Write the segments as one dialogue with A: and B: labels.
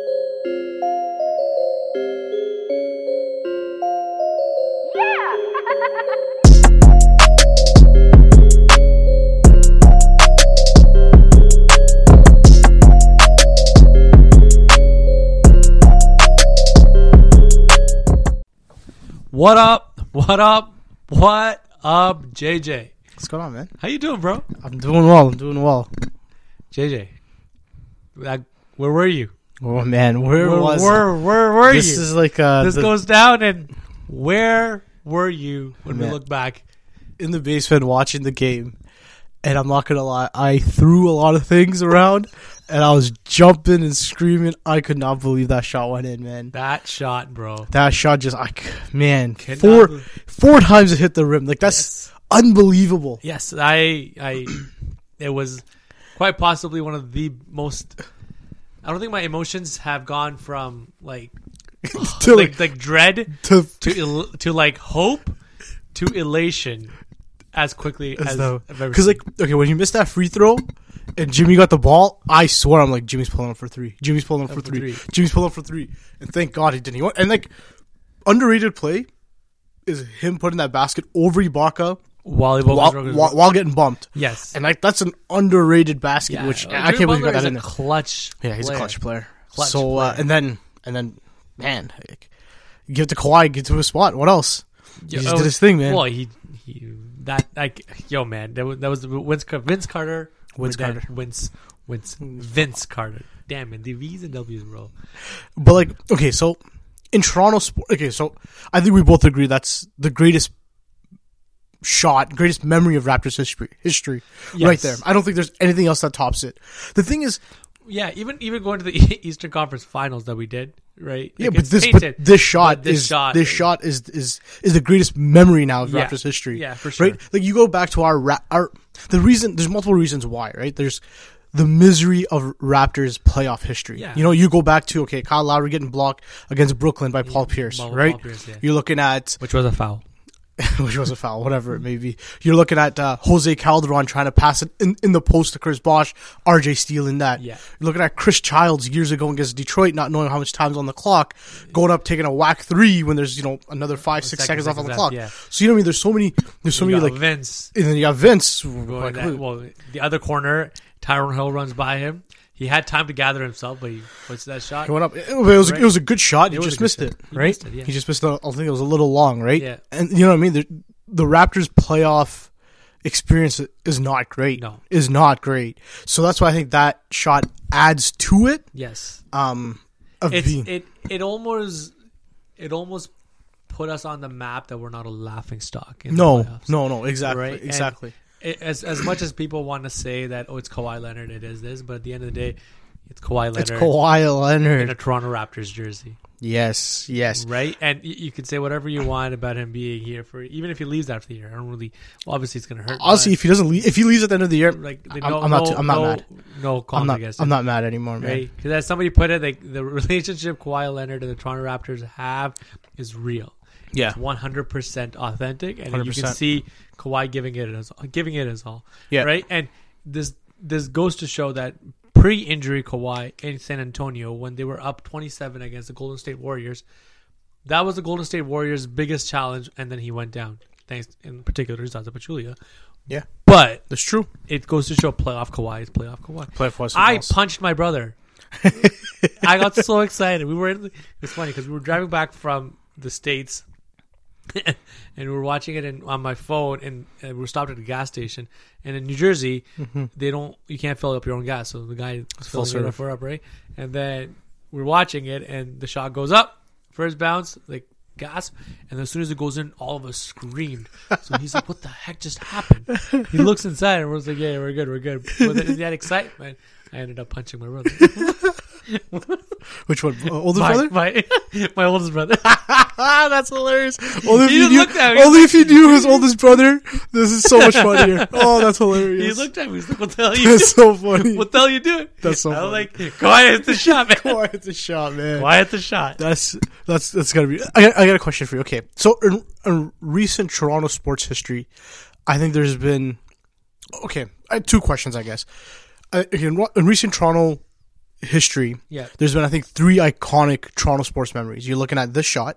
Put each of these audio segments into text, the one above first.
A: What up? What up? What up, JJ?
B: What's going on, man?
A: How you doing, bro?
B: I'm doing well. I'm doing well.
A: JJ, like, where were you?
B: Oh man, where,
A: where
B: was
A: where, where were
B: this?
A: you?
B: Is like uh,
A: this
B: the
A: goes down and where were you when we
B: Man.
A: look back?
B: in the basement watching the game, and I'm not gonna lie, I threw a lot of things around, and I was jumping and screaming. I could not believe that shot went in, man.
A: That shot, bro.
B: That shot just, I c- man,
A: Cannot
B: four
A: believe-
B: four times it hit the rim. Like that's unbelievable.
A: Yes, I, I, it was quite possibly one of the most. I don't think my emotions have gone from like
B: To,
A: like, like dread
B: to,
A: to el- to like hope to elation as quickly as,
B: as though
A: I've ever
B: because
A: seen.
B: like okay when you missed that free throw and Jimmy got the ball I swear I'm like Jimmy's pulling up for three Jimmy's pulling up for
A: for
B: three.
A: three.
B: Jimmy's pulling up for three and thank God he didn't he went, and like underrated play is him putting that basket over Ibaka
A: volleyball
B: while,
A: was-
B: while, while getting bumped
A: yes
B: and like that's an underrated basket which
A: like,
B: I
A: Jimmy
B: can't believe he
A: Butler
B: got
A: is a
B: that in there
A: clutch
B: yeah he's
A: player.
B: a clutch player
A: Clutch
B: so Uh,
A: player.
B: and then and then man like, give it to Kawhi get to his spot what else
A: Yeah,
B: he
A: oh,
B: just did his thing man
A: well he, he that like yo man that was, that was the Vince, Car- Vince Carter
B: Vince
A: We're done.
B: Carter.
A: Vince Vince Vince Carter damn it the V's and W's bro
B: But like, okay, so in Toronto sport, okay, so I think we both agree that's the greatest shot, greatest memory of Raptors history, history, right
A: Yes.
B: there. I don't think there's anything else that tops it. The thing is,
A: yeah even even going to the Eastern Conference Finals that we did right
B: yeah,
A: Like,
B: but
A: it's
B: this, but
A: tainted.
B: this shot
A: But this
B: is
A: shot
B: this
A: is-
B: shot is is is the greatest memory now of
A: Yeah.
B: Raptors history.
A: Yeah, for sure.
B: Right, like you go back to our ra- our the reason there's multiple reasons why. Right, there's the misery of Raptors playoff history.
A: Yeah.
B: You know, you go back to okay, Kyle Lowry getting blocked against Brooklyn by Paul Pierce.
A: Paul-
B: right,
A: Paul Pierce, yeah.
B: you're looking at
A: which was a foul
B: which was a foul, whatever it may be. You're looking at uh, Jose Calderon trying to pass it in, in the post to Chris Bosch, RJ Steele in that.
A: Yeah.
B: You're looking at Chris Childs years ago against Detroit, not knowing how much time's on the clock, going up taking a whack three when there's you know another five six
A: second,
B: seconds off on the
A: seconds
B: clock.
A: left, yeah.
B: So you know what I mean? There's so many. There's so
A: You
B: many
A: got
B: like.
A: Vince
B: And then you got Vince.
A: Going
B: like,
A: that- well, the other corner, Tyrone Hill runs by him. He had time to gather himself, but he puts that shot.
B: He went up. It, it was
A: Right.
B: it was a good shot. He
A: was a
B: just
A: good
B: missed
A: shot.
B: it,
A: He
B: right?
A: missed it, yeah.
B: He just missed the. I think it was a little long, right?
A: Yeah.
B: And you know what I mean? The, the Raptors playoff experience is not great.
A: No.
B: is not great. So that's why I think that shot adds to it.
A: Yes,
B: Um, of
A: it's
B: being
A: it it almost it almost put us on the map that we're not a laughing stock. In the
B: no,
A: playoffs,
B: no, no, exactly,
A: right? And
B: exactly.
A: it- as as much as people want to say that oh it's Kawhi Leonard, it is this, but at the end of the day, it's Kawhi Leonard
B: It's Kawhi
A: in a
B: Leonard.
A: Toronto Raptors jersey,
B: Yes, yes.
A: right? And y- you can say whatever you want about him being here for even if he leaves after the year. I don't really. Well, obviously, it's going to hurt.
B: Honestly,
A: but,
B: if he doesn't leave, if he leaves at the end of the year,
A: like
B: I'm,
A: no,
B: I'm not.
A: no,
B: too- I'm not
A: no,
B: mad.
A: No,
B: I'm
A: comment
B: not.
A: against
B: I'm
A: it.
B: not mad anymore, man.
A: Right? Because as somebody put it, like the relationship Kawhi Leonard and the Toronto Raptors have is real.
B: Yeah.
A: It's 100% authentic, and you can
B: 100%.
A: see Kawhi giving it his giving it his all.
B: Yeah.
A: Right. And this this goes to show that pre-injury Kawhi in San Antonio, when they were up 27 against the Golden State Warriors, that was the Golden State Warriors' biggest challenge, and then he went down. Thanks, in particular, to Zaza Pachulia.
B: Yeah,
A: But
B: that's true.
A: it goes to show playoff Kawhi is playoff Kawhi.
B: Playoff was
A: I punched my brother. I got so excited. We were in the, it's funny because we were driving back from the states, and we were watching it in, on my phone, and, and we were stopped at a gas station. And in New Jersey, they don't you can't fill up your own gas, so the guy was
B: Mm-hmm. Full
A: filling it up
B: serve.
A: for up right. And then we're watching it, and the shot goes up, first bounce, like gasp, and as soon as it goes in, all of us screamed. So he's like, "What the heck just happened?" He looks inside, and we're like, "Yeah, we're good, we're good." But in that excitement, I ended up punching my brother.
B: Which one? Uh, Older
A: my,
B: brother?
A: My, my oldest brother.
B: Ah, that's hilarious. Only if
A: He
B: you
A: just
B: knew,
A: looked at me.
B: only if you knew his oldest brother. This is so much funnier. Oh, that's
A: he
B: hilarious.
A: looked at me. He's like, "What the hell are you doing?
B: that's so funny.
A: What the hell are you doing?"
B: That's so
A: I was
B: funny.
A: like, "Quiet at the shot, man.
B: Why it's a shot, man?
A: Quiet at the shot."
B: That's that's that's gotta be. I got, I got a question for you. Okay, so in, in recent Toronto sports history, I think there's been okay. I had two questions, I guess. Uh, okay, in, in recent Toronto history,
A: Yeah.
B: there's been I think three iconic Toronto sports memories. You're looking at this shot,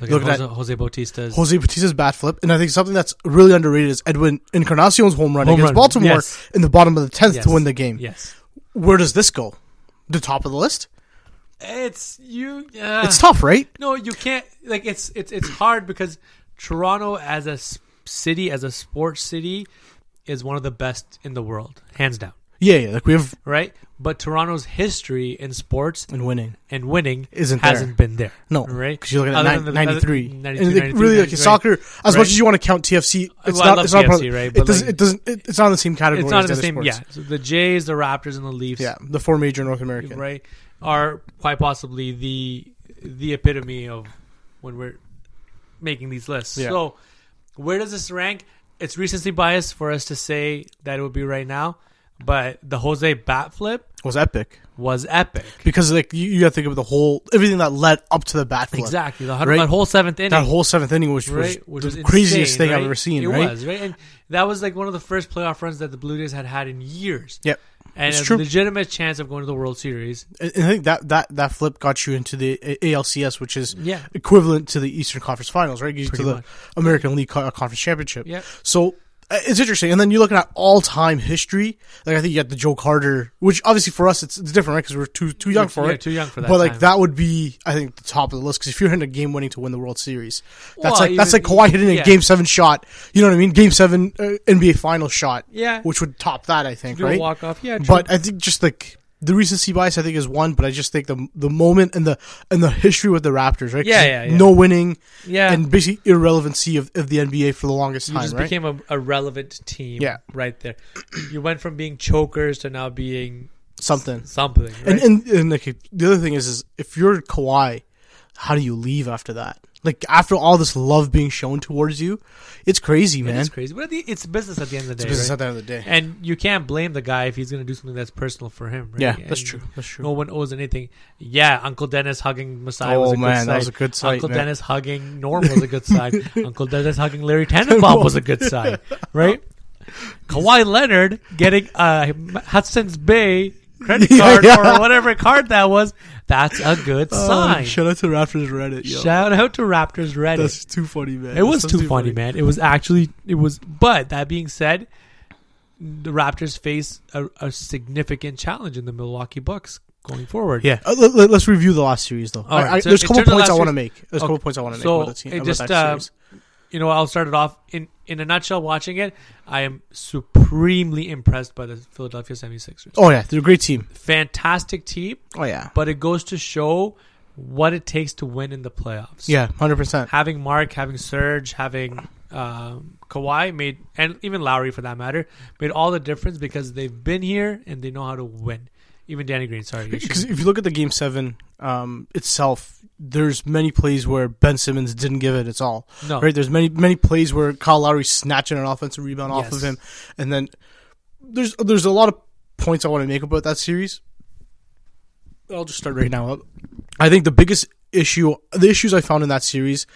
A: Look
B: Looking
A: at
B: at-
A: Jose, Jose Bautista's.
B: Jose Batista's bat flip, and I think something that's really underrated is Edwin Encarnacion's home run
A: Home
B: against
A: run,
B: Baltimore
A: yes.
B: in the bottom of the tenth
A: Yes.
B: to win the game.
A: Yes.
B: Where does this go? The top of the list?
A: It's you. Uh,
B: It's tough, right?
A: no, you can't. Like it's it's it's hard because Toronto as a s- city, as a sports city, is one of the best in the world, hands down.
B: Yeah, yeah. Like we have
A: Right, but Toronto's history in sports
B: and winning.
A: and winning
B: Isn't
A: hasn't been there.
B: No,
A: right?
B: Because you look at
A: Other
B: nine,
A: than the- other-
B: 93.
A: 92,
B: and like,
A: 93,
B: really, like
A: 93,
B: soccer, as
A: right.
B: much as you want to count TFC, it's
A: Well, I
B: not.
A: love
B: it's not part
A: TFC,
B: of,
A: right,
B: It
A: but,
B: doesn't.
A: like,
B: it doesn't. It, it's not in the same category.
A: It's not
B: as
A: the
B: other
A: same.
B: sports.
A: Yeah, so the Jays, the Raptors, and the Leafs,
B: yeah. The four major North American.
A: right, are quite possibly the the epitome of when we're making these lists.
B: Yeah.
A: So, where does this rank? It's recency bias for us to say that it would be right now, but the Jose bat flip
B: Was epic
A: was epic.
B: because like you, you got to think of the whole everything that led up to the bat flip.
A: Exactly, the
B: Right.
A: that whole seventh inning.
B: That whole seventh inning was, was
A: right? Which
B: the
A: was
B: craziest
A: insane,
B: thing I've
A: right?
B: ever seen.
A: It
B: right?
A: was right, and that was like one of the first playoff runs that the Blue Jays had had in years.
B: Yep.
A: and
B: It's
A: a
B: true.
A: legitimate chance of going to the World Series.
B: And and I think that, that, that flip got you into the A- ALCS, which is
A: Yeah.
B: equivalent to the Eastern Conference Finals, right? Gets You to
A: Pretty
B: the
A: much.
B: American League Co- uh, Conference Championship.
A: Yep.
B: So uh, it's interesting. And then you're looking at all time history. Like I think you got the Joe Carter, which obviously for us it's, it's different, right? Because we're too too young for
A: Yeah,
B: it.
A: too young for that
B: But like
A: time.
B: that would be, I think, the top of the list. Because if you're hitting a game winning to win the World Series, that's
A: Well,
B: like that's like
A: even-
B: Kawhi hitting a
A: yeah.
B: Game Seven shot. You know what I mean? Game Seven uh, NBA Final shot.
A: Yeah.
B: Which would top that, I think.
A: Do
B: right?
A: a walk off, yeah. True.
B: But I think just like the recency bias, I think is one. But I just think the the moment and the and the history with the Raptors, right? 'Cause
A: Yeah, yeah, yeah.
B: No winning,
A: yeah,
B: and basically irrelevancy of, of the NBA for the longest
A: you
B: time,
A: just
B: right?
A: became a, a relevant team.
B: Yeah.
A: right there. You went from being chokers to now being
B: Something.
A: something. Right?
B: And and and like the other thing is, is if you're Kawhi, how do you leave after that? Like after all this love being shown towards you, it's crazy, man.
A: it's crazy, but at the, it's business at the end of the day.
B: Business
A: right?
B: at the end of the day.
A: and you can't blame the guy if he's going to do something that's personal for him. Right?
B: Yeah, that's
A: And
B: true. That's true.
A: No one owes anything. Yeah, Uncle Dennis hugging Messiah
B: Oh,
A: was a good
B: man,
A: sight.
B: that was a good sight,
A: Uncle
B: man.
A: Dennis hugging Norm was a good sight. Uncle Dennis hugging Larry Tannenbaum was a good sight. Right? Kawhi Leonard getting uh, Hudson's Bay credit
B: Yeah,
A: card
B: yeah.
A: or whatever card that was. That's a good
B: Oh,
A: sign.
B: shout out to Raptors Reddit, yo.
A: Shout out to Raptors Reddit.
B: That's too funny, man.
A: It was
B: That's
A: too funny, man. It was actually it was. But that being said, the Raptors face a, a significant challenge in the Milwaukee Bucks going forward.
B: Yeah, uh, let, let, us review the last series though.
A: All
B: I-
A: right,
B: I-
A: so
B: there's a
A: in
B: couple
A: terms of
B: points I
A: last
B: want to
A: series-
B: make. There's a couple points I want to make.
A: So
B: about the team,
A: it
B: about
A: just,
B: that
A: uh,
B: series.
A: You know, I'll start it off in in a nutshell. Watching it, I am supremely impressed by the Philadelphia 76ers.
B: oh yeah, they're a great team.
A: Fantastic team,
B: Oh yeah,
A: but it goes to show what it takes to win in the playoffs.
B: yeah, hundred percent.
A: having Mark, having Serge, having um, Kawhi made, and even Lowry for that matter, made all the difference because they've been here and they know how to win. Even Danny Green, sorry, you
B: Because
A: should-
B: if you look at the game seven um, itself, there's many plays where Ben Simmons didn't give it its all. Right?
A: no,
B: There's many many plays where Kyle Lowry's snatching an offensive rebound off
A: Yes.
B: of him, and then there's there's a lot of points I want to make about that series. I'll just start right now. I think the biggest issue, the issues I found in that series,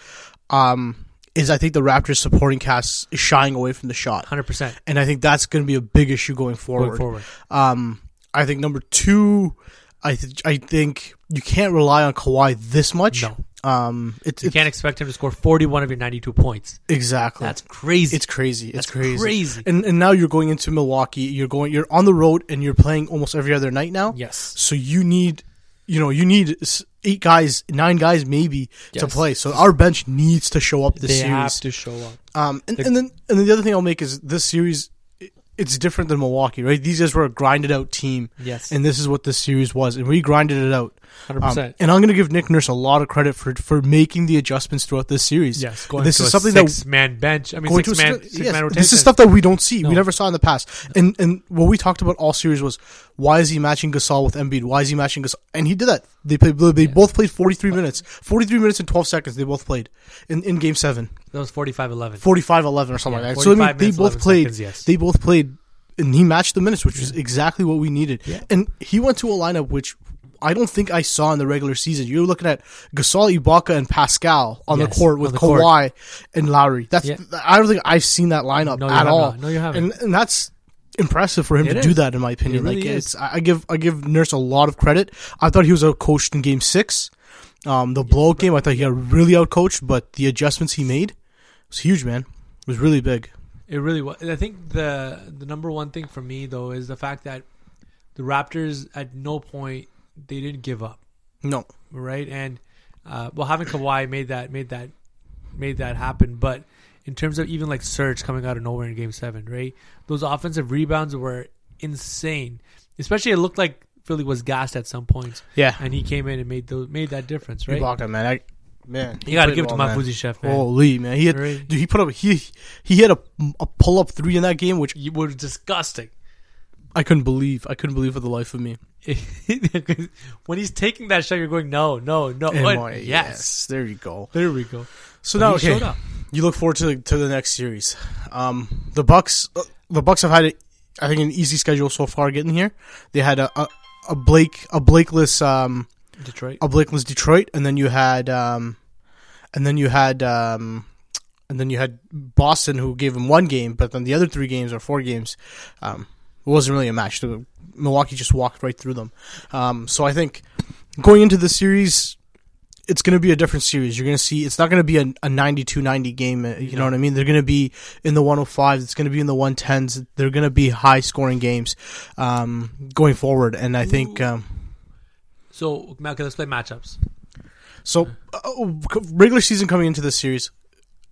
B: um, is I think the Raptors supporting cast is shying away from the shot,
A: hundred percent
B: and I think that's going to be a big issue going forward.
A: going forward.
B: Um, I think number two, I th- I think you can't rely on Kawhi this much.
A: No.
B: Um, it's
A: You
B: it's-
A: can't expect him to score forty-one of your ninety-two points.
B: exactly.
A: That's crazy.
B: It's crazy. It's
A: That's
B: crazy.
A: crazy.
B: And and now you're going into Milwaukee. You're going. You're on the road, and you're playing almost every other night now.
A: yes,
B: So you need, you know, you need s- eight guys, nine guys maybe to
A: Yes.
B: play. So our bench needs to show up this
A: they
B: series.
A: have to show up.
B: Um, and, and then and then the other thing I'll make is this series, i- it's different than Milwaukee, right? These guys were a grinded out team,
A: Yes,
B: and this is what this series was, and we grinded it out.
A: hundred
B: Um,
A: percent.
B: and I'm going to give Nick Nurse a lot of credit for for making the adjustments throughout this series.
A: Yes, going
B: this
A: to
B: is
A: a
B: something that-
A: six-man bench. I mean,
B: Going to a
A: six-man,
B: six-
A: six-man
B: yes,
A: rotation.
B: this is stuff that we don't see.
A: No.
B: We never saw in the past. And and what we talked about all series was why is he matching Gasol with Embiid? Why is he matching Gasol? And he did that. They played. They both played 43 minutes, 43 minutes and 12 seconds. They both played in, in game seven.
A: That was 45-11.
B: 45 11 or something
A: Yeah,
B: like that. So I mean,
A: 45
B: they
A: minutes,
B: both
A: 11
B: played.
A: seconds, yes.
B: They both played, and he matched the minutes, which was exactly what we needed.
A: Yeah.
B: And he went to a lineup which I don't think I saw in the regular season. You're looking at Gasol, Ibaka, and Pascal on the
A: Yes,
B: court
A: on
B: with
A: the court.
B: Kawhi and Lowry. That's
A: Yeah.
B: I don't think I've seen that lineup
A: No, you
B: at
A: have
B: all.
A: not. No, you haven't.
B: And, and that's impressive for him
A: It
B: to
A: is.
B: do that, in my opinion.
A: It really
B: like
A: is.
B: it's I I give I give Nurse a lot of credit. I thought he was outcoached in Game Six. Um, the blowout game, I thought he got really outcoached, but the adjustments he made was huge, man. It was really big.
A: It really was. I think the the number one thing for me though is the fact that the Raptors at no point they didn't give up.
B: No.
A: right? And uh, well, having Kawhi made that made that made that happen. But in terms of even like Serge coming out of nowhere in Game Seven, right? Those offensive rebounds were insane. Especially, it looked like Philly was gassed at some points,
B: Yeah.
A: and he came in and made those made that difference,
B: He
A: right?
B: blocked him, man. I, man,
A: You got to
B: played
A: give it to
B: well, man. Oh.
A: Mafuzi Chef, man.
B: Holy man, he had
A: Right.
B: dude, he put up he he had a, a pull up three in that game, which
A: You were disgusting.
B: I couldn't believe. I couldn't believe for the life of me.
A: when he's taking that shot, you're going, no, no, no.
B: And
A: And
B: why-
A: yes.
B: there you go.
A: There we go.
B: So
A: But
B: now,
A: he showed
B: okay,
A: up.
B: you look forward to to the next series. Um, the Bucks, uh, the Bucks have had, a, I think, an easy schedule so far getting here. They had a a, a Blake a Blakeless um
A: Detroit.
B: a Blakeless Detroit, and then you had um, and then you had um, and then you had Boston who gave him one game, but then the other three games or four games, um, it wasn't really a match. The Milwaukee just walked right through them. Um, so I think going into the series. It's going to be a different series. You're going to see, it's not going to be a, a 92 90 game. uh, You know what I mean? They're going to be in the 105s. It's going to be in the 110s. They're going to be high scoring games um, going forward. And I think. Um,
A: So, okay, let's play matchups.
B: so uh, oh, c- regular season coming into this series,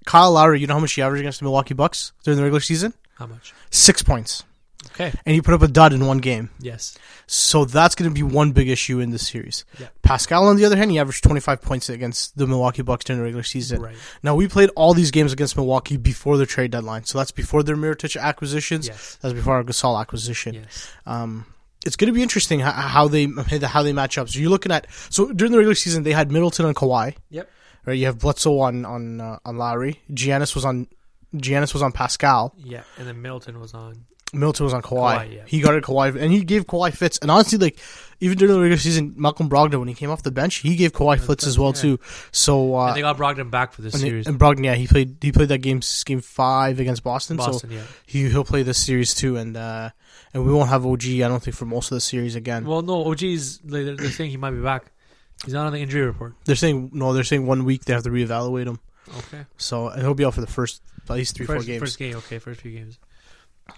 B: Kyle Lowry, you know how much he averaged against the Milwaukee Bucks during the regular season?
A: How much?
B: Six points,
A: Okay.
B: and he put up a dud in one game.
A: Yes.
B: So that's going to be one big issue in this series.
A: Yeah.
B: Pascal, on the other hand, he averaged 25 points against the Milwaukee Bucks during the regular season.
A: Right.
B: Now we played all these games against Milwaukee before the trade deadline, so that's before their Mirotic acquisitions.
A: Yes.
B: That's before our Gasol acquisition.
A: Yes.
B: um, it's going to be interesting how, how they how they match up. So you're looking at so during the regular season they had Middleton and Kawhi.
A: Yep.
B: Right, you have Bledsoe on on uh, on Lowry. Giannis was on Giannis was on Pascal.
A: Yeah. And then Middleton was on.
B: Middleton was on Kawhi.
A: Kawhi, yeah.
B: He guarded Kawhi and he gave Kawhi fits. And honestly, like even during the regular season, Malcolm Brogdon when he came off the bench, he gave Kawhi fits as well
A: yeah.
B: too. So uh,
A: and they got Brogdon back for this
B: and,
A: series.
B: and Brogdon, yeah, he played he played that game game five against Boston.
A: Boston,
B: so
A: yeah.
B: he he'll play this series too. And uh, and we won't have OG. I don't think for most of the series again.
A: Well, no, OG's. They're, they're saying he might be back. He's not on the injury report.
B: They're saying no. They're saying one week they have to reevaluate him.
A: Okay.
B: So and he'll be out for the first at least three
A: first,
B: four games.
A: first game. Okay. First few games.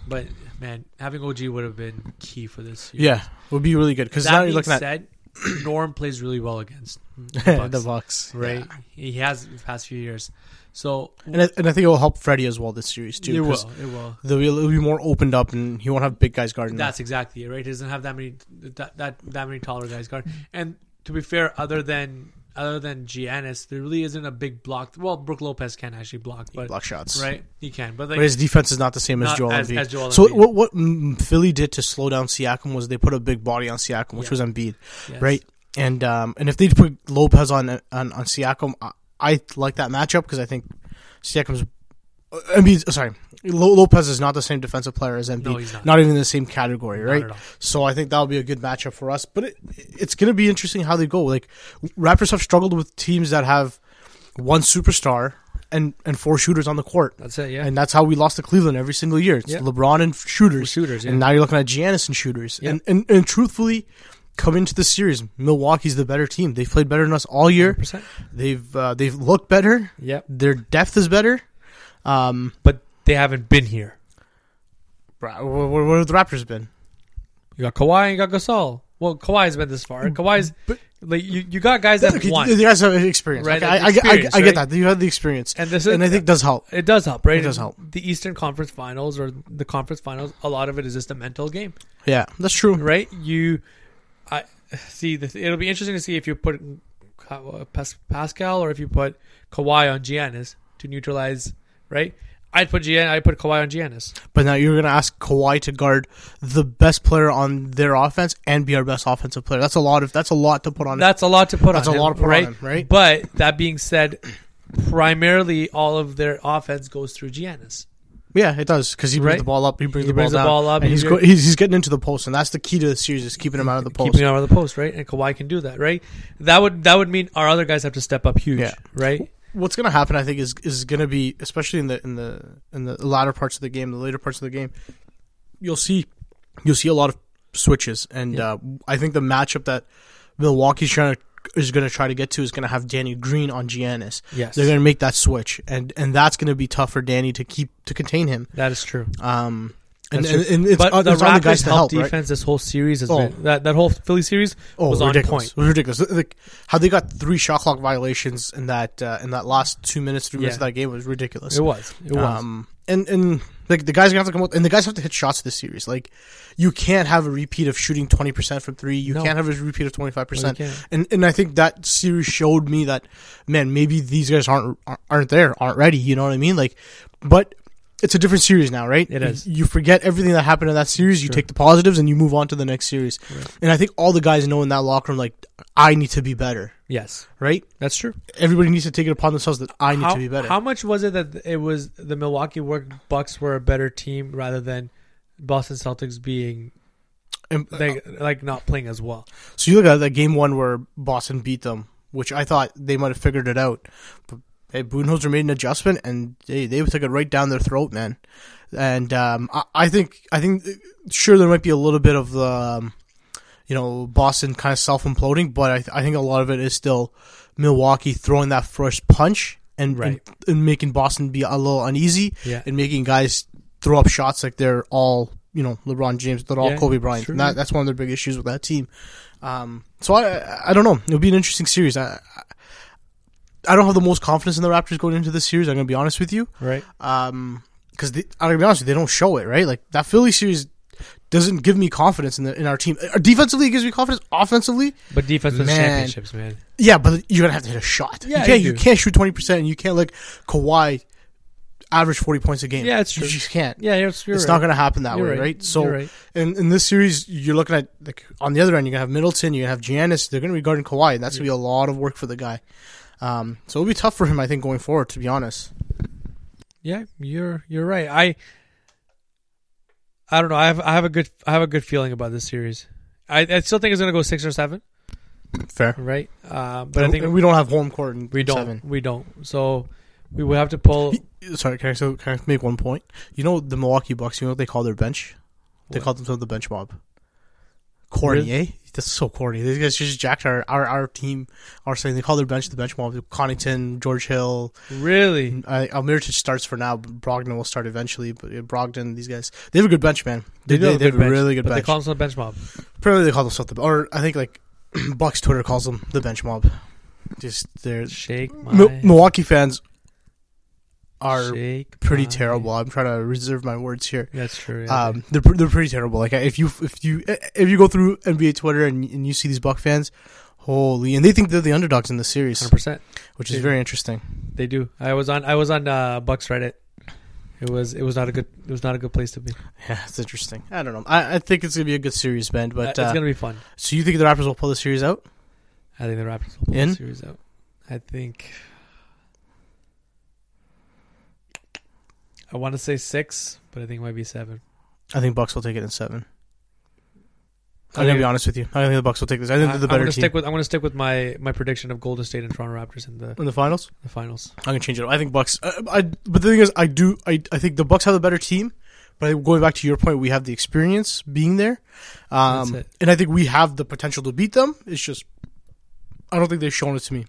A: But man, having OG would have been key for this. Series.
B: yeah, would be really good because
A: That
B: now you're
A: being
B: looking at
A: said, Norm plays really well against the Bucks,
B: the Bucks,
A: right? He has the past few years. So
B: And I, and I think it will help Freddie as well this series too.
A: it
B: 'cause
A: will. It will.
B: They'll be, it'll be more opened up, and he won't have big guys guarding. him.
A: That's exactly it, right? He doesn't have that many that that, that many taller guys guard. And to be fair, other than other than Giannis, there really isn't a big block. Well, Brooke Lopez can actually block, but
B: block shots,
A: right, he can. But
B: But
A: like,
B: his defense is not the same as
A: Not
B: Joel
A: as-
B: Embiid.
A: as Joel
B: so
A: Embiid.
B: what what mm, Philly did to slow down Siakam was they put a big body on Siakam, which
A: Yeah.
B: was Embiid,
A: yes.
B: right? And um, and if they put Lopez on on, on Siakam, I, I like that matchup because I think Siakam's uh, Embiid. Sorry, Lo- Lopez is not the same defensive player as Embiid.
A: No, he's not.
B: even in the same category,
A: Not
B: right?
A: at all.
B: So I think that'll be a good matchup for us. But it, it's going to be interesting how they go. Like Raptors have struggled with teams that have one superstar and and four shooters on the court.
A: That's it. Yeah,
B: And that's how we lost to Cleveland every single year. It's
A: Yeah.
B: LeBron and f- shooters.
A: shooters. Yeah.
B: And now you're looking at Giannis and shooters.
A: Yeah.
B: And, and and truthfully, come into the series, Milwaukee's the better team. They've played better than us all year.
A: 100%.
B: They've uh, they've looked better.
A: Yeah,
B: Their depth is better. Um,
A: but they haven't been here.
B: bro, wh- wh- where have the Raptors been?
A: You got Kawhi and you got Gasol. Well, Kawhi's been this far. Kawhi's
B: Mm-hmm. But-
A: like you, you got guys that
B: Okay,
A: won.
B: you guys have experience.
A: Right,
B: Okay,
A: like
B: I, I, I, I
A: experience,
B: get
A: right?
B: that. You have the experience,
A: And this is-
B: and I think it does help.
A: It does help, right?
B: It does help.
A: The Eastern Conference Finals or the Conference Finals, a lot of it is just a mental game.
B: Yeah, that's true.
A: right? You, I see. The, it'll be interesting to see if you put Ka- Pas- Pascal or if you put Kawhi on Giannis to neutralize. Right? I'd put Gian. I'd put Kawhi on Giannis.
B: But now you're gonna ask Kawhi to guard the best player on their offense and be our best offensive player. That's a lot of that's a lot to put on.
A: That's a lot to put
B: That's
A: on.
B: a
A: him,
B: lot to put on
A: right?
B: him, right?
A: But that being said, primarily all of their offense goes through Giannis.
B: Yeah, it does because he brings
A: Right?
B: the ball up. He brings,
A: He
B: the,
A: brings
B: ball
A: the
B: down,
A: ball up,
B: and he's,
A: he-
B: go- he's he's getting into the post, and that's the key to the series is keeping him out of the post.
A: Keeping out of the post, right? And Kawhi can do that, right? That would that would mean our other guys have to step up huge,
B: Yeah.
A: right?
B: What's going to happen, I think, is is going to be especially in the in the in the latter parts of the game, the later parts of the game. You'll see, you'll see a lot of switches, and
A: Yeah.
B: uh, I think the matchup that Milwaukee's trying to is going to try to get to is going to have Danny Green on Giannis.
A: Yes,
B: They're going to make that switch, and and that's going to be tough for Danny to keep to contain him.
A: that is true.
B: Um, and,
A: That's true.
B: and, and it's,
A: but
B: on,
A: the
B: it's on the guys
A: Raptors'
B: to
A: help
B: help,
A: defense
B: right?
A: this whole series has
B: Oh.
A: been that, that whole Philly series
B: Oh,
A: was on point.
B: ridiculous! It was ridiculous. Like, how they got three shot clock violations in that uh, in that last two minutes, three minutes
A: Yeah.
B: of that game was ridiculous.
A: It was. It was.
B: Um, and and like the guys are gonna have to come up, and the guys have to hit shots this series. Like, you can't have a repeat of shooting twenty percent from three. You
A: No.
B: can't have a repeat of twenty five percent.
A: No, you can't.
B: And and I think that series showed me that man, maybe these guys aren't aren't- aren't there, aren't ready. You know what I mean? Like, but. It's a different series now, right?
A: It is.
B: You forget everything that happened in that series. You
A: Sure.
B: take the positives and you move on to the next series. And I think all the guys know in that locker room, like, I need to be better,
A: yes,
B: right?
A: that's true.
B: Everybody needs to take it upon themselves that I need
A: how,
B: to be better.
A: how much was it that it was the Milwaukee Work Bucks were a better team rather than Boston Celtics being
B: And-
A: they, like not playing as well?
B: So you look at that game one where Boston beat them, which I thought they might have figured it out. But hey, Budenholzer made an adjustment, and they they took it right down their throat, man. And um, I, I think I think sure there might be a little bit of the um, you know Boston kind of self imploding, but I, I think a lot of it is still Milwaukee throwing that first punch and
A: Right.
B: and, and making Boston be a little uneasy
A: Yeah.
B: and making guys throw up shots like they're all you know LeBron James, they're all
A: Yeah,
B: Kobe Bryant.
A: sure.
B: And that, that's one of their big issues with that team. Um, so I I don't know. It'll be an interesting series. I I- I don't have the most confidence in the Raptors going into this series. I'm going to be honest with you,
A: Right.
B: because I'm going to be honest, with you, they don't show it right. Like that Philly series doesn't give me confidence in the in our team. Uh, Defensively, it gives me confidence. Offensively,
A: But defense wins
B: Man.
A: championships, man.
B: yeah, but you're gonna have to hit a shot.
A: Yeah,
B: you can't,
A: you
B: you,
A: do.
B: can't shoot twenty percent, and you can't like Kawhi average forty points a game.
A: Yeah, it's true.
B: You just can't.
A: Yeah, you're, you're
B: it's
A: right.
B: not going to happen that
A: You're
B: way,
A: right.
B: right? So
A: You're right.
B: in in this series, you're looking at like on the other end, you're going to have Middleton, you're going to have Giannis. They're going to be guarding Kawhi, and that's going to be a lot of work for the guy. Um, so it'll be tough for him, I think, going forward. To be honest,
A: Yeah, you're you're right. I I don't know. I have I have a good I have a good feeling about this series. I, I still think it's gonna go six or seven,
B: fair.
A: right? Um, but
B: But
A: I think
B: we don't have home court. In
A: we don't
B: Seven.
A: we don't. So we will have to pull.
B: Sorry, can I, so can I make one point? You know the Milwaukee Bucks. You know what they call their bench? They
A: What?
B: call themselves the bench mob. Corny,
A: Really?
B: eh? That's so corny. These guys just jacked our our, our team. Our saying they call their bench the bench mob. Connington, George Hill,
A: Really,
B: I, Almiritich starts for now. but Brogdon will start eventually, but yeah, Brogdon, these guys, they have a good bench, man. They, do. They,
A: have a
B: have a
A: bench,
B: really good
A: but
B: bench.
A: They call themselves a bench mob.
B: Apparently, they call themselves the, or I think like Bucks Twitter calls them the bench mob. Just they're
A: Shake my
B: Mi- Milwaukee fans are
A: shake
B: pretty
A: my-
B: terrible. I'm trying to reserve my words here.
A: That's true. Yeah.
B: Um, they're pre- they're pretty terrible. Like if you if you eh, if you go through NBA Twitter and, and you see these Buck fans, holy, and they think they're the underdogs in the series,
A: Hundred percent.
B: which is very interesting.
A: They do. I was on. I was on uh, Bucks Reddit. It was. It was not a good. It was not a good place to be.
B: Yeah, it's interesting. I don't know. I, I think it's gonna be a good series, Ben. But
A: Uh,
B: uh,
A: it's gonna be fun.
B: So you think the Raptors will pull the series out?
A: I think the Raptors will pull
B: In?
A: the series out. I think. I want to say six, but I think it might be seven.
B: I think Bucks will take it in seven.
A: I
B: I'm gonna
A: think-
B: be honest with you. I think the Bucks will take this. I think they're the
A: I- I'm
B: better
A: gonna
B: team
A: stick with. I'm gonna stick with my my prediction of Golden State and Toronto Raptors in the,
B: in the finals.
A: the finals.
B: I'm gonna change it. up. I think Bucks. I, I but the thing is, I do. I I think the Bucks have the better team. But I think going back to your point, we have the experience being there, um,
A: That's it.
B: and I think we have the potential to beat them. It's just I don't think they've shown it to me.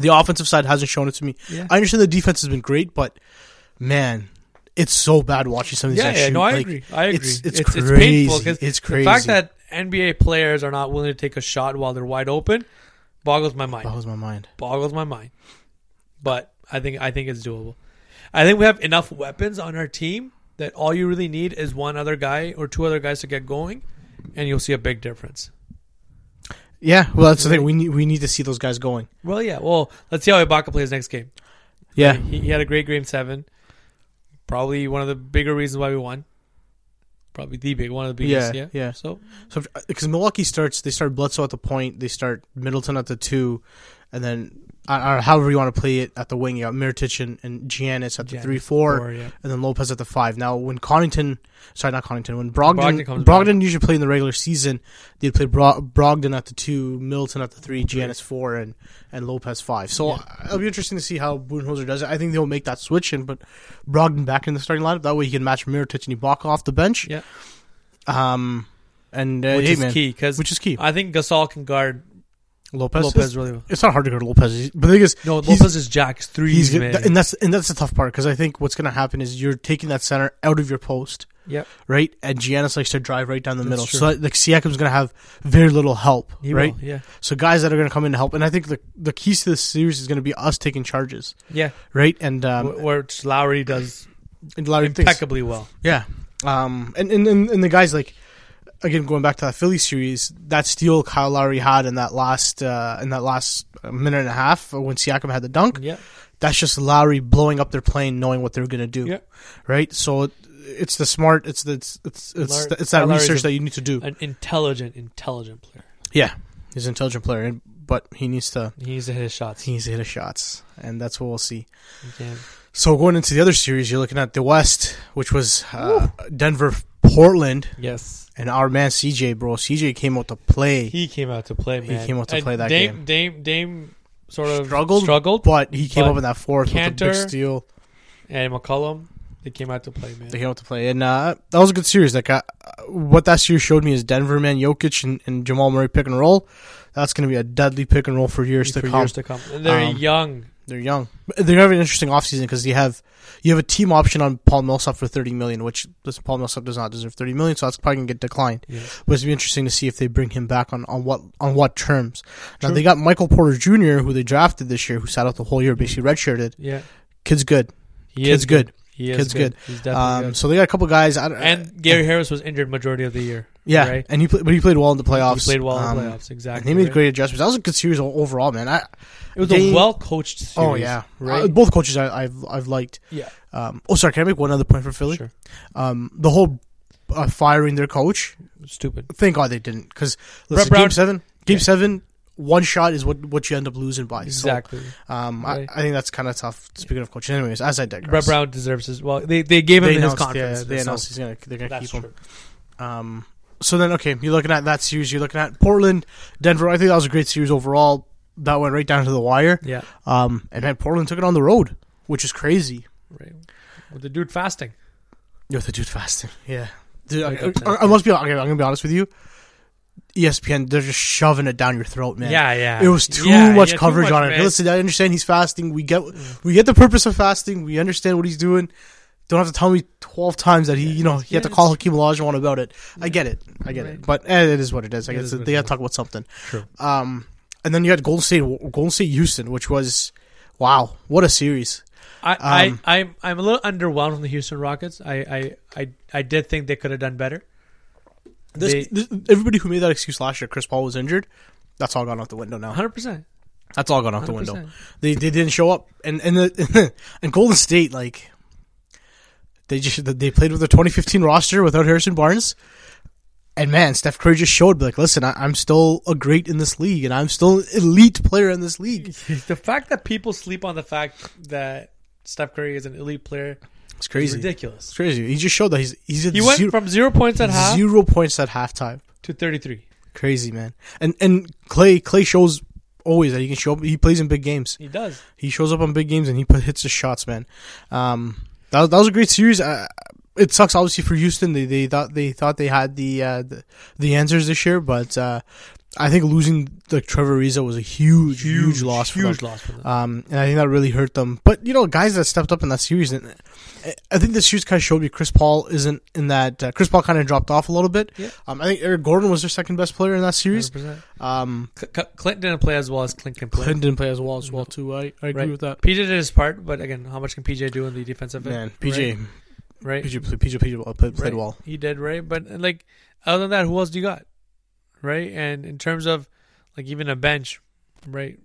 B: The offensive side hasn't shown it to me.
A: Yeah.
B: I understand the defense has been great, but man, it's so bad watching some of these.
A: yeah,
B: guys
A: yeah,
B: shoot.
A: no, I
B: Like,
A: agree. I agree.
B: it's- it's
A: painful
B: crazy.
A: 'cause
B: It's
A: The fact
B: crazy.
A: that NBA players are not willing to take a shot while they're wide open boggles my mind.
B: boggles my mind.
A: boggles my mind. But I think I think it's doable. I think we have enough weapons on our team that all you really need is one other guy or two other guys to get going, and you'll see a big difference.
B: Yeah, well, that's the thing. We need we need to see those guys going.
A: Well, yeah. Well, let's see how Ibaka plays next game.
B: Yeah,
A: He, he had a great game seven. Probably one of the bigger reasons why we won. Probably the big one of the biggest.
B: Yeah,
A: Yeah,
B: yeah.
A: So
B: so because Milwaukee starts, they start Bledsoe at the point, they start Middleton at the two, and then or however you want to play it at the wing, you got Miritich and, and Giannis at the
A: Giannis,
B: three four,
A: four, yeah.
B: and then Lopez at the five. Now when Connington, sorry not Connington, when Brogdon
A: Brogdon comes
B: Brogdon,
A: back.
B: usually played in the regular season, they'd play Bro- Brogdon at the two, Middleton at the three, Giannis four, and and Lopez five. So uh, it'll be interesting to see how Budenholzer does it. I think they'll make that switch and put Brogdon back in the starting lineup. That way he can match Miritich and Ibaka off the bench.
A: yeah,
B: Um, and uh,
A: which
B: hey,
A: is
B: man,
A: key because
B: which is key.
A: I think Gasol can guard
B: Lopez.
A: Uh, Lopez
B: It's,
A: really well.
B: it's not hard to go to Lopez, He's- but the thing is,
A: No,
B: he's-
A: Lopez is Jack's threes
B: He's
A: man.
B: and that's and that's the tough part because I think what's going to happen is you're taking that center out of your post,
A: Yep.
B: right? And Giannis likes to drive right down the
A: That's
B: middle.
A: true.
B: So like Siakam's going to have very little help,
A: He
B: right?
A: will, Yeah.
B: So guys that are going to come in to help, and I think the the keys to this series is going to be us taking charges,
A: Yeah.
B: right? And um,
A: Wh- Which Lowry does
B: and Larry thinks,
A: impeccably well.
B: yeah. Um, and, and and and the guys like again going back to that Philly series, that steal Kyle Lowry had in that last uh, in that last minute and a half when Siakam had the dunk,
A: Yeah.
B: that's just Lowry blowing up their plane, knowing what they're going to do,
A: Yeah.
B: right? So. It's the smart. It's the it's it's it's,
A: Lowry-
B: the- it's that
A: Kyle Lowry's
B: research
A: a-
B: that you need to do.
A: An intelligent, intelligent player.
B: Yeah, he's an intelligent player, and- but he needs to
A: He needs to hit his shots.
B: he needs to hit his shots, and that's what we'll see.
A: He can.
B: So going into the other series, you're looking at the West, which was uh, Denver, Portland,
A: Yes.
B: and our man CJ, bro. CJ came out to play,
A: He came out to play,
B: He
A: man.
B: came out to
A: And
B: play that
A: Dame,
B: game.
A: Dame, Dame sort of
B: Struggled,
A: struggled, struggled
B: but he came
A: But
B: up in that fourth with a
A: Cantor-
B: big steal.
A: and McCollum, they came out to play, man.
B: They came out to play, and uh, that was a good series. Like uh, what that series showed me is Denver, man, Jokic and, and Jamal Murray pick and roll. That's going to be a deadly pick and roll for years to
A: for
B: come.
A: years to come. And they're
B: Um,
A: young.
B: They're young. But They're having an interesting offseason because you have you have a team option on Paul Millsap for thirty million, which this Paul Millsap does not deserve thirty million, so that's probably gonna get declined.
A: Yeah.
B: But it's gonna be interesting to see if they bring him back on, on what on what terms. Now
A: True.
B: they got Michael Porter Jr., who they drafted this year, who sat out the whole year, basically redshirted.
A: Yeah.
B: Kid's good.
A: He
B: Kid's
A: is
B: good.
A: He is
B: Kid's good.
A: He's definitely
B: Um,
A: good.
B: so they got a couple guys. I don't,
A: And Gary Harris was injured majority of the year.
B: yeah,
A: right?
B: and he played, but he played well in the playoffs.
A: He played well
B: Um,
A: in the playoffs.
B: And
A: Exactly.
B: they made
A: right?
B: great adjustments. That was a good series o- overall, man. I,
A: It was
B: They-
A: a well coached series.
B: oh yeah,
A: Right.
B: Uh, both coaches I, I've I've liked.
A: yeah.
B: Um, oh, sorry. Can I make one other point for Philly?
A: Sure.
B: um, the whole uh, firing their coach.
A: Stupid.
B: Thank God they didn't, because
A: Brett
B: game
A: Brown-
B: seven, game
A: Yeah.
B: seven, one shot is what what you end up losing by.
A: Exactly.
B: Oh, So, um,
A: Right.
B: I, I think that's kind of tough. Speaking of coaches, anyways, as I digress,
A: Brett Brown deserves his. Well, they, they gave him
B: they
A: his
B: announced,
A: conference.
B: yeah, they
A: so
B: announced he's gonna they're gonna
A: That's
B: keep him.
A: true.
B: Um, so then, okay, you're looking at that series. You're looking at Portland, Denver. I think that was a great series overall. That went right down to the wire.
A: Yeah.
B: Um, and then Portland took it on the road, which is crazy.
A: Right. With the dude fasting.
B: You're the dude fasting. Yeah. Dude,
A: Like
B: I,
A: upset.
B: I, I must be. Okay, I'm gonna be honest with you. E ESPN, they're just shoving it down your throat, man.
A: Yeah, yeah.
B: It was too
A: Yeah,
B: much
A: yeah, too
B: coverage
A: much,
B: on it.
A: man.
B: Listen, I understand he's fasting. We get we get the purpose of fasting. We understand what he's doing. Don't have to tell me twelve times that he, you know, he had to
A: yeah,
B: call Hakeem Olajuwon about it. I get it. I get
A: Right.
B: it. But eh, it is what it is. I
A: It
B: guess
A: is
B: they
A: what
B: got
A: it
B: to
A: is.
B: talk about something.
A: True.
B: Um, and then you had Golden State, Golden State, Houston, which was wow, what a series.
A: I,
B: Um,
A: I, I'm, I'm a little underwhelmed from the Houston Rockets. I, I, I, I did think they could have done better.
B: This,
A: They-
B: this, everybody who made that excuse last year, Chris Paul was injured. That's all gone out the window now.
A: 100%.
B: That's all gone out the
A: 100%.
B: window. They they didn't show up, and and the, and Golden State like they just they played with the 2015 roster without Harrison Barnes, and man, Steph Curry just showed like, listen, I, I'm still a great in this league, and I'm still an elite player in this league.
A: the fact that people sleep on the fact that Steph Curry is an elite player
B: It's
A: is
B: crazy. It's
A: ridiculous.
B: crazy. He just showed that he's he's at
A: He went
B: zero,
A: from zero points at half
B: zero points at halftime.
A: to 33.
B: Crazy man, and and Clay Clay shows always that he can show up. He plays in big games.
A: He does.
B: He shows up on big games and he put, hits his shots, man. Um, that was, that was a great series. Uh, it sucks, obviously, for Houston. They they thought they thought they had the uh, the, the answers this year, but uh, I think losing like Trevor Ariza was a huge huge, loss for
A: Huge
B: them.
A: loss for them.
B: Um, and I think that really hurt them. But you know, guys that stepped up in that series, and I- I think this series kind of showed me Chris Paul isn't in that. Uh, Chris Paul kind of dropped off a little bit.
A: Yeah.
B: Um, I think Eric Gordon was their second best player in that series.
A: 100%.
B: Um,
A: C- C- Clinton didn't play as well as Clinton can play.
B: Clinton didn't play as well as well too. I, I agree
A: Right.
B: with that.
A: PJ did his part, but again, how much can PJ do in the defensive end?
B: Man, PJ,
A: Right?
B: PJ, pl- PJ, PJ pl- uh, played, played
A: Right.
B: well.
A: He did, right? But uh, like other than that, who else do you got? Right? And in terms of like even a bench, right?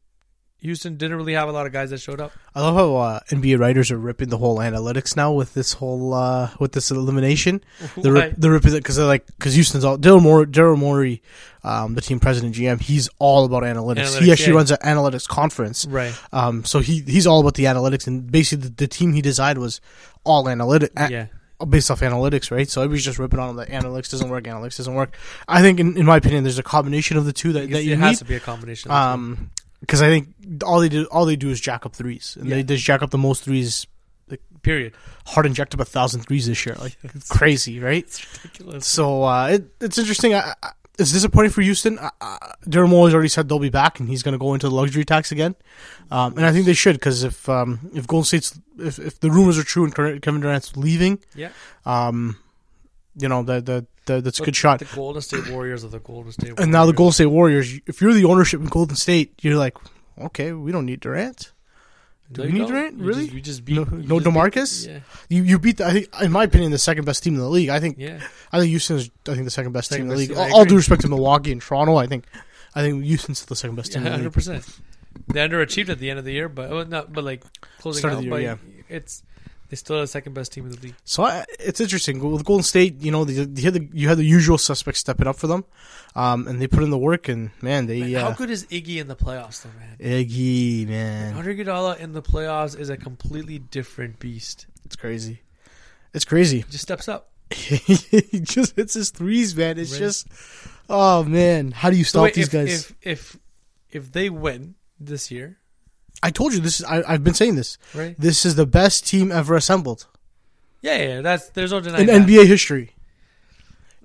A: Houston didn't really have a lot of guys that showed up.
B: I love how uh, NBA writers are ripping the whole analytics now with this whole uh, with this elimination. They're rip,
A: Right.
B: they're ripping because they're like because Houston's all Daryl Morey, Daryl Morey, um, the team president GM. He's all about analytics.
A: Analytics,
B: he actually
A: yeah.
B: runs an analytics conference.
A: Right.
B: Um, so he he's all about the analytics and basically the, the team he designed was all analytic a-
A: yeah.
B: based off analytics, right? So everybody's just ripping on that analytics doesn't work, analytics doesn't work. I think in, in my opinion, there's a combination of the two that, that
A: it
B: you
A: has
B: need.
A: to be a combination. of the
B: Um, because I think all they do, all they do is jack up threes, and they
A: Yeah.
B: just jack up the most threes.
A: two. period.
B: Harden jacked up a thousand threes this year, like crazy, right?
A: Ridiculous.
B: So uh, it, it's interesting. I, I, it's disappointing for Houston. I, I, Dermo has already said they'll be back, and he's going to go into the luxury tax again. Um, and I think they should because if um, if Golden State's if, if the rumors are true and Kevin Durant's leaving,
A: Yeah.
B: um, you know, the, the, the that's a good shot.
A: The Golden State Warriors are the Golden State Warriors.
B: And now the Golden State Warriors, if you're the ownership in Golden State, you're like, okay, we don't need Durant. Do
A: No,
B: we
A: you
B: need
A: don't.
B: Durant?
A: You
B: Really?
A: just- you just beat
B: No-
A: you
B: no
A: just beat-
B: DeMarcus?
A: yeah,
B: You you beat, the, I think, in my opinion, the second best team in the league. I think
A: yeah.
B: I think Houston's I think the second best
A: Second
B: team in the
A: best
B: league.
A: team, I
B: All, all
A: agree.
B: due respect to Milwaukee and Toronto, I think I think Houston's the second best team in the
A: hundred
B: league.
A: percent. They underachieved at the end of the year, but well, not but like closing
B: Start of
A: out,
B: the
A: but
B: year,
A: it's they still are the second best team in the league.
B: So I, it's interesting with Golden State. You know, they, they had the, you had the usual suspects stepping up for them, um, and they put in the work. And man, they
A: Man, How
B: uh,
A: good is Iggy in the playoffs, though, man?
B: Iggy man,
A: Andre Iguodala in the playoffs is a completely different beast.
B: it's crazy. It's crazy.
A: He just steps up.
B: he just hits his threes, man. It's
A: Right.
B: just, oh man, how do you
A: So
B: stop
A: wait,
B: these
A: if,
B: guys?
A: If, if if they win this year,
B: I told you this. Is, I, I've been saying this.
A: right?
B: This is the best team ever assembled
A: Yeah, yeah. yeah, That's there's no denying
B: in
A: that.
B: NBA history.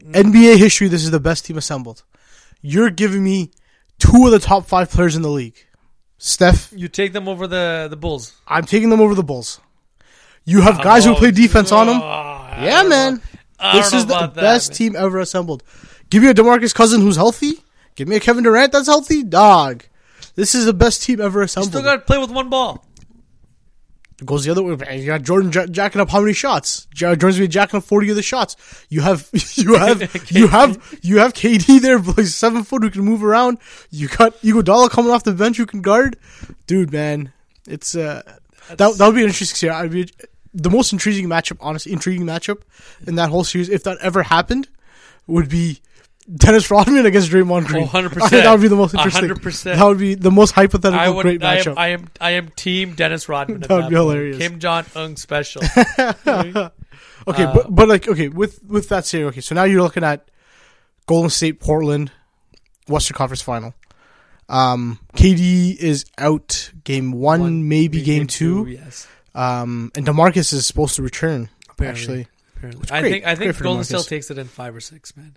B: NBA history. This is the best team assembled. You're giving me two of the top five players in the league. Steph
A: You take them over the the Bulls.
B: I'm taking them over the Bulls. You have guys who
A: Oh,
B: play defense on them.
A: oh, I
B: Yeah,
A: don't
B: man.
A: know. I
B: This
A: don't
B: is
A: know
B: the
A: about that,
B: best
A: man.
B: team ever assembled. Give me a DeMarcus Cousin who's healthy. Give me a Kevin Durant that's healthy. Dog. This is the best team ever assembled.
A: Still got to play with one ball.
B: It goes the other way. man. You got Jordan ja- jacking up how many shots? Ja- Jordan's been jacking up 40 of the shots. You have, you have, you have, you have KD there, like seven foot who can move around. You got Iguodala coming off the bench who can guard. Dude, man, it's uh, that that would be an interesting series. I'd be the most intriguing matchup, honestly, intriguing matchup in that whole series, if that ever happened, would be. Dennis Rodman against Draymond Green.
A: 100%.
B: I think that would be the most interesting.
A: 100%.
B: That would be the most hypothetical
A: I would.
B: great
A: I
B: matchup.
A: am, I am. I am Team Dennis Rodman. at
B: That would be
A: point.
B: hilarious.
A: Kim Jong Un special.
B: Okay,
A: Uh,
B: but but like okay with with that series. Okay, so now you're looking at Golden State, Portland, Western Conference Final. Um, KD is out game one, maybe, game, two.
A: Yes.
B: Um, and Demarcus is supposed to return.
A: Apparently.
B: Actually,
A: Apparently.
B: It's
A: I
B: great.
A: think. I
B: It's great
A: think
B: for
A: Golden
B: DeMarcus.
A: State takes it in five or six. Man,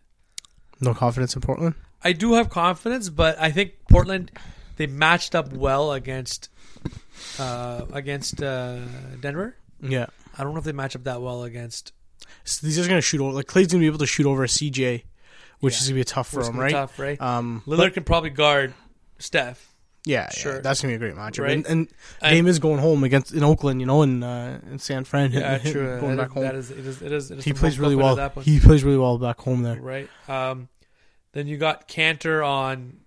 B: no confidence in Portland.
A: I do have confidence, but I think Portland they matched up well against uh, against uh, Denver.
B: Yeah,
A: I don't know if they match up that well against.
B: so these guys are gonna shoot over. Like Clay's gonna be able to shoot over a CJ, which
A: Yeah.
B: is gonna be tough for
A: It's
B: him,
A: gonna be
B: right?
A: Tough, right?
B: Um,
A: Lillard can probably guard Steph.
B: yeah,
A: Sure.
B: yeah, that's gonna be a great matchup.
A: Right.
B: And, and
A: And-
B: Dame is going home against in Oakland, you know, in uh, in San Fran.
A: Yeah, true.
B: going
A: That-
B: back home.
A: that is. It is. It is. It is
B: he
A: the
B: plays
A: home
B: really
A: opener at
B: well.
A: that point.
B: He plays really well back home there.
A: right? Um, then you got Cantor on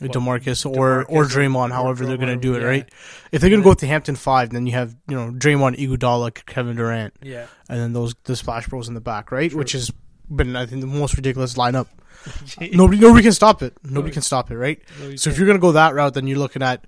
A: Well,
B: Demarcus or or
A: DeMarcus
B: Draymond,
A: or
B: however they're going to
A: Draymond,
B: do it,
A: yeah.
B: right? If they're going to go with the Hampton Five, then you have you know Draymond, Iguodala, Kevin Durant,
A: yeah,
B: and then those the Splash Bros in the back, right?
A: True.
B: Which has been I think the most ridiculous lineup. nobody nobody can stop it. Nobody
A: Right.
B: can stop it, right?
A: No, you
B: So if
A: can't.
B: you're going to go that route, then you're looking at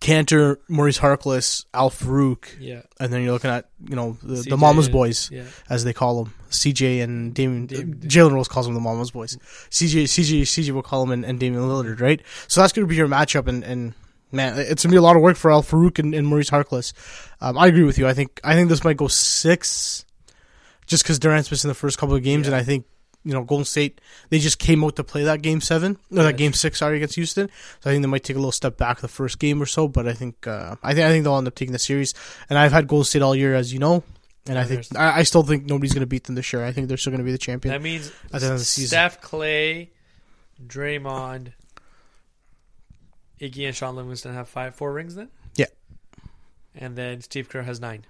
B: Cantor, Maurice Harkless, Al Farouk,
A: yeah,
B: and then you're looking at you know the, the
A: CJ
B: Mama's
A: and-
B: boys.
A: yeah,
B: as they call them, CJ and Damon.
A: Dam-
B: Jalen Rose calls them the Mama's boys. CJ, CJ, CJ will call them and, and Damian Lillard, right? So that's going to be your matchup, and, and man, it's going to be a lot of work for Al Farouk and, and Maurice Harkless. Um, I agree with you. I think I think this might go six, just because Durant's missing the first couple of games, and I think you know Golden State they just came out to play that game seven, no,
A: Yeah,
B: that game six, sorry, against Houston. So I think they might take a little step back the first game or so, but I think uh, I think I think they'll end up taking the series. And I've had Golden State all year, as you know. And I
A: Yeah,
B: think I, I still think nobody's going to beat them this year. I think they're still going to be the champion.
A: that means
B: At the end of the season.
A: Steph, Clay, Draymond, Iggy, and Sean Livingston have five, four rings then.
B: Yeah.
A: and then Steve Kerr has nine.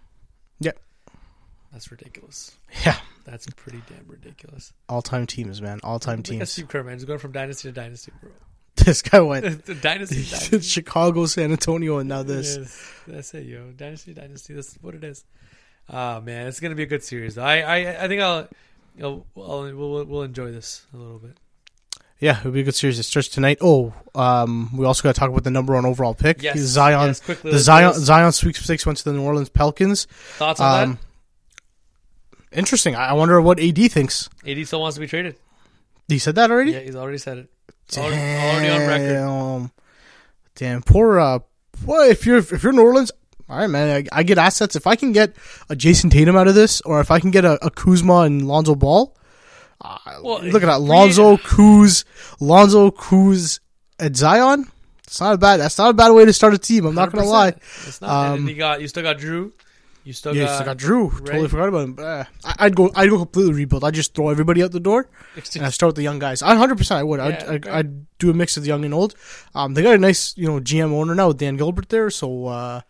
B: Yeah.
A: that's ridiculous.
B: Yeah,
A: That's pretty damn ridiculous.
B: all-time teams, man, all-time
A: Look at
B: teams.
A: Steve Kerr, man, he's going from dynasty to dynasty, bro.
B: This guy went
A: dynasty, to dynasty.
B: Chicago, San Antonio, and now this.
A: Yes, that's it, yo. Dynasty, dynasty. That's what it is. Ah, man, it's gonna be a good series. I, I, I think I'll, I'll, I'll we'll, we'll enjoy this a little bit.
B: Yeah, it'll be a good series. It starts tonight. Oh, um, we also got to talk about the number one overall pick.
A: Yes,
B: Zion.
A: yes, quickly,
B: the
A: let's do
B: Zion
A: this.
B: Zion sweepstakes went to the New Orleans Pelicans.
A: Thoughts on
B: um, Interesting. I I wonder what AD thinks.
A: that? AD still wants to be traded.
B: He said that already.
A: Yeah, he's already said it. It's Already, already on record.
B: Damn. Damn. Poor. Uh, well, if you're if you're New Orleans, all right, man. I, I get assets. If I can get a Jason Tatum out of this, or if I can get a, a Kuzma and Lonzo Ball. Uh,
A: Well,
B: look at that,
A: free-
B: Lonzo, Kuz, Lonzo, Kuz, and Zion. It's not a bad. That's not a bad way to start a team. I'm not gonna lie.
A: 100%. It's not. and
B: Um,
A: then you got you still got Drew. You still
B: yeah,
A: got,
B: so I got Drew. Totally
A: Ray.
B: forgot about him. But, uh, I- I'd go. I'd go completely rebuild. I'd just throw everybody out the door and I start with the young guys. I 100 percent I would. I'd,
A: Yeah,
B: I'd,
A: right.
B: I'd do a mix of the young and old. Um, they got a nice you know GM owner now with Dan Gilbert there. So uh,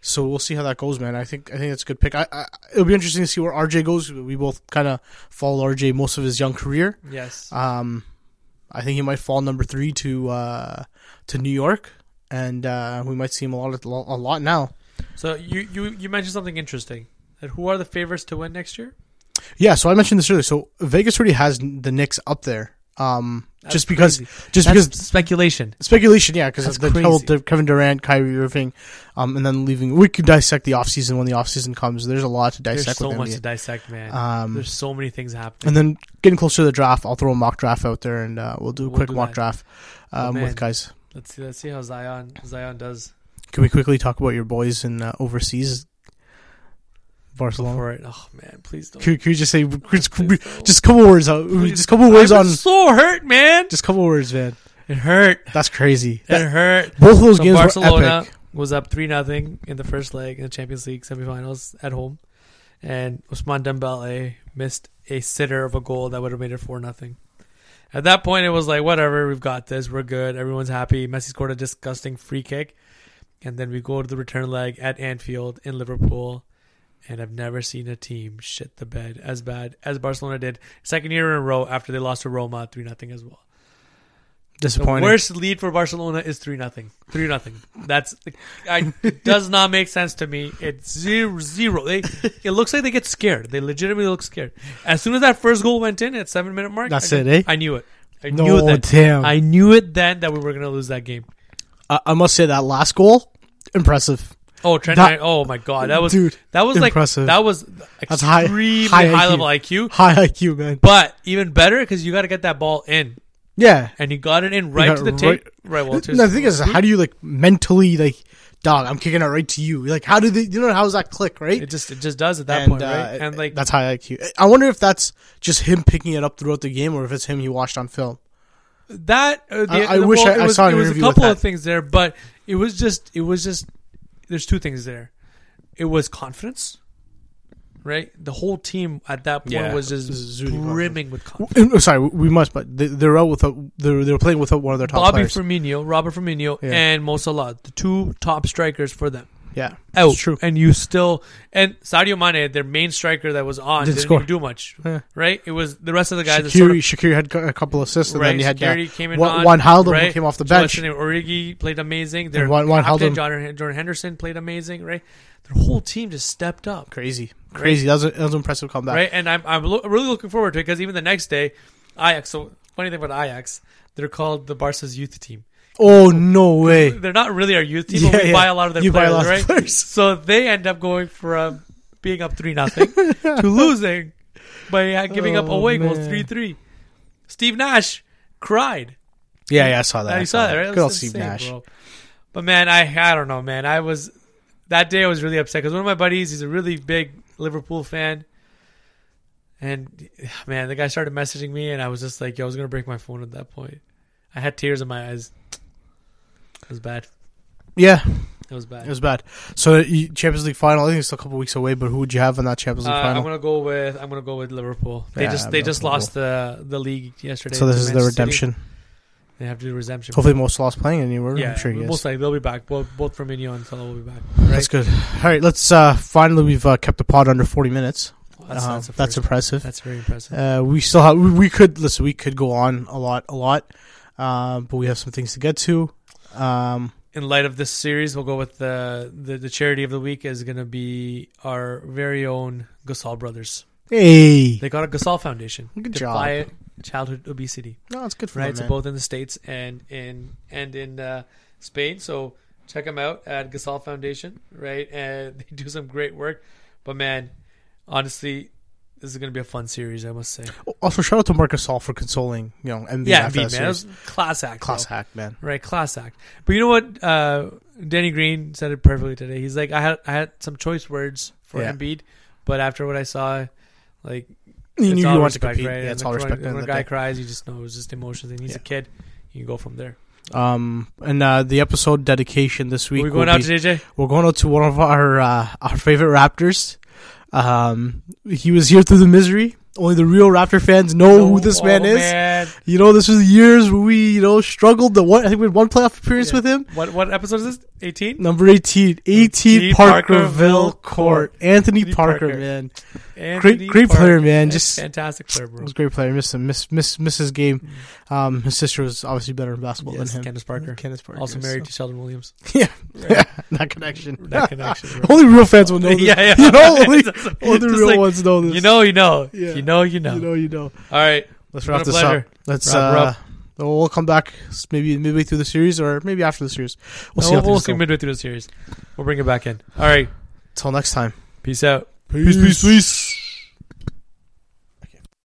B: so we'll see how that goes, man. I think I think that's a good pick. I, I it'll be interesting to see where RJ goes. We both kind of followed RJ most of his young career.
A: yes.
B: Um, I think he might fall number three to uh, to New York, and uh, we might see him a lot a lot now.
A: So you, you you mentioned something interesting. That who are the favorites to win next year?
B: Yeah, so I mentioned this earlier. So Vegas already has the Knicks up there. Um,
A: That's
B: just because,
A: crazy.
B: just
A: That's
B: because
A: speculation.
B: Speculation, yeah, because
A: That's
B: the
A: crazy.
B: whole De- Kevin Durant, Kyrie Irving, um, and then leaving. We could dissect the offseason when the offseason comes. There's a lot to
A: There's
B: dissect
A: so
B: with
A: much
B: NBA.
A: to dissect, man.
B: Um,
A: There's so many things happening.
B: and then getting closer to the draft, I'll throw a mock draft out there, and uh, we'll do a
A: We'll
B: quick
A: do
B: mock
A: that.
B: draft
A: Oh,
B: um,
A: man.
B: with guys.
A: Let's see. Let's see how Zion Zion does
B: Can we quickly talk about your boys in uh, overseas Barcelona?
A: for it. Oh man, please don't.
B: Can, can we just say just,
A: Please don't.
B: just a couple words? Uh,
A: Please.
B: just a couple words
A: I
B: on
A: was so hurt, man.
B: just a couple words, man.
A: It hurt.
B: That's crazy.
A: It
B: That-
A: hurt.
B: both of those
A: So
B: games were
A: Barcelona
B: epic.
A: was up three nothing in the first leg in the Champions League semifinals at home, and Usman Dembele missed a sitter of a goal that would have made it four nothing. At that point, it was like whatever, we've got this, we're good, everyone's happy. Messi scored a disgusting free kick, and then we go to the return leg at Anfield in Liverpool. And I've never seen a team shit the bed as bad as Barcelona did second year in a row after they lost to Roma three nothing as well. The
B: Disappointing.
A: worst lead for Barcelona is three nothing. Three nothing. That's I, it does not make sense to me. It's zero zero. They, it looks like they get scared. They legitimately look scared. As soon as that first goal went in at seven minute mark,
B: That's
A: I,
B: it, eh?
A: I knew it. I knew it
B: no,
A: then.
B: damn.
A: I knew it then that we were gonna lose that game.
B: I, I must say that last goal, impressive.
A: Oh, Trent!
B: That-
A: Nine- oh my God, that was
B: dude,
A: that was like
B: impressive.
A: that was
B: That's high-
A: extremely
B: high
A: high,
B: IQ.
A: level IQ.
B: High IQ, man.
A: But even better because you got to get that ball in,
B: Yeah.
A: and he got it in right
B: got
A: to the
B: it
A: tape. Right, well, to his-
B: No, the thing is, how do you like mentally like, dog? I'm kicking it right to you. Like, how do they? You know, how's that click? Right.
A: it just it just does at that
B: And,
A: point, right?
B: uh,
A: And like
B: that's high IQ. I wonder if that's just him picking it up throughout the game, or if it's him he watched on film.
A: that uh, the,
B: I- I
A: the-
B: wish
A: well,
B: I-
A: it
B: I
A: was,
B: saw an
A: it was a
B: interview with
A: couple of
B: that.
A: things there, but it was just it was just there's two things there. It was confidence, right? The whole team at that point
B: Yeah,
A: was just
B: it was zooted
A: brimming with confidence.
B: And- oh, sorry, we must, but they, they're out without. They're they're playing without one of their top
A: Bobby
B: players.
A: Firmino, Robert Firmino,
B: Yeah.
A: and Mo Salah, the two top strikers for them.
B: yeah,
A: Out.
B: it's true.
A: And you still and Sadio Mane, their main striker that was on,
B: Didn't
A: didn't,
B: score.
A: even do much,
B: Yeah.
A: right? It was the rest of the guys. that
B: Shakiri,
A: sort of-
B: Shakiri had a couple assists, and then you had
A: security
B: uh,
A: came in
B: Wa-
A: on,
B: Juan Haldo who
A: right?
B: came off the
A: So
B: bench.
A: that's the name. Origi played amazing. Their
B: And Juan- Juan
A: captain,
B: Haldo-
A: Jordan, Jordan Henderson played amazing. Right, their whole team just stepped up.
B: crazy, crazy. That was, a, that was an impressive comeback.
A: Right, and I'm I'm lo- really looking forward to it because even the next day, Ajax. So funny thing about Ajax, they're called the Barca's youth team.
B: Oh no way!
A: They're not really our youth team, but
B: Yeah,
A: we
B: yeah.
A: buy a lot of their
B: You buy
A: players.
B: a lot of
A: right,
B: players.
A: so they end up going from being up three nothing to losing by uh, giving up
B: Oh,
A: away goals
B: man.
A: three three. Steve Nash cried.
B: Yeah, yeah, I saw that.
A: I
B: I
A: you saw that, right?
B: Good
A: That's
B: old Steve
A: insane,
B: Nash.
A: bro. But man, I I don't know, man. I was that day. I was really upset because one of my buddies, he's a really big Liverpool fan, and man, the guy started messaging me, and I was just like, yo, I was gonna break my phone at that point. I had tears in my eyes. It was bad.
B: Yeah,
A: It was bad.
B: it was bad. So you- Champions League final. I think it's still a couple weeks away. But who would you have in that Champions
A: uh,
B: League final?
A: I'm gonna go with I'm gonna go with Liverpool. They
B: Yeah,
A: just they just
B: Liverpool.
A: lost the the league yesterday.
B: so this
A: to
B: is the
A: Manchester City.
B: redemption.
A: They have to do redemption.
B: Hopefully, most lost playing anywhere.
A: yeah,
B: I'm sure he is.
A: most likely they'll be back. Both both Firmino and Salah will be back.
B: That's good. All right, let's uh, finally we've uh, kept the pod under 40 minutes.
A: That's,
B: Uh,
A: that's, a
B: that's
A: first.
B: impressive.
A: That's very impressive.
B: Uh, we still have we, we could listen. We could go on a lot, a lot, um, but we have some things to get to. Um,
A: In light of this series, we'll go with the the, the charity of the week is going to be our very own Gasol brothers.
B: hey,
A: They got a Gasol Foundation
B: Good
A: to
B: job.
A: fight childhood obesity.
B: no, it's good for
A: Right,
B: them,
A: so
B: man.
A: both in the states and in and in uh, Spain. So check them out at Gasol Foundation. Right, and they do some great work. But man, honestly, this is going to be a fun series. I must say.
B: Also, shout out to Marcus All for consoling, you know, MV
A: Yeah,
B: after
A: Embiid,
B: that
A: man, that
B: series.
A: was class act. though.
B: class hack, man.
A: Right, class act. But you know what? Uh, Danny Green said it perfectly today. He's like, I had I had some choice words for
B: Yeah.
A: Embiid, but after what I saw, like
B: You
A: it's
B: knew
A: all
B: you wanted to
A: respect,
B: compete.
A: Right?
B: Yeah,
A: And
B: it's
A: like,
B: all
A: when,
B: respect. at the
A: When
B: end
A: a
B: of the
A: guy
B: day.
A: cries, you just know it was just emotions, and he's
B: Yeah.
A: a kid. You can go from there.
B: Um, and uh, the episode dedication this week.
A: We're
B: will
A: going out
B: be-
A: to JJ.
B: We're going out to one of our uh, our favorite Raptors. Um, he was here through the misery. Only the real Raptor fans know who this
A: Oh,
B: man is.
A: man.
B: You know, this was years where we you know struggled. The one I think we had one playoff appearance
A: Yeah.
B: with him.
A: What what episode is this? Eighteen.
B: Number 18, 18
A: 18 Parkerville
B: Parkerville Court.
A: Court.
B: Anthony
A: Anthony
B: Parker,
A: Parker.
B: man. It
A: Anthony
B: great
A: Parker.
B: player, man.
A: That's
B: Just-
A: fantastic player, bro.
B: was a great player. Missed him. Miss, miss, miss his game. Um, his sister was obviously better in basketball
A: Yes,
B: than him.
A: Candace Parker.
B: Kenneth Parker.
A: Also married to Sheldon Williams.
B: So. Yeah.
A: Right.
B: that connection.
A: that connection. bro.
B: Only real fans will know this.
A: yeah, yeah.
B: You know, only,
A: It's like-
B: only
A: it's
B: real
A: like,
B: ones know this.
A: You know, you know.
B: Yeah.
A: You know, you know.
B: you know, you know.
A: All right.
B: Let's
A: Been
B: wrap
A: a
B: this
A: pleasure.
B: up. Let's
A: Wrap her
B: uh,
A: up.
B: We'll come back s- maybe midway through the series or maybe after the series. We'll see
A: we'll,
B: how
A: we'll
B: things
A: see
B: go.
A: midway through the series. We'll bring it back in. All right.
B: Till next time.
A: Peace out.
B: peace, peace. peace.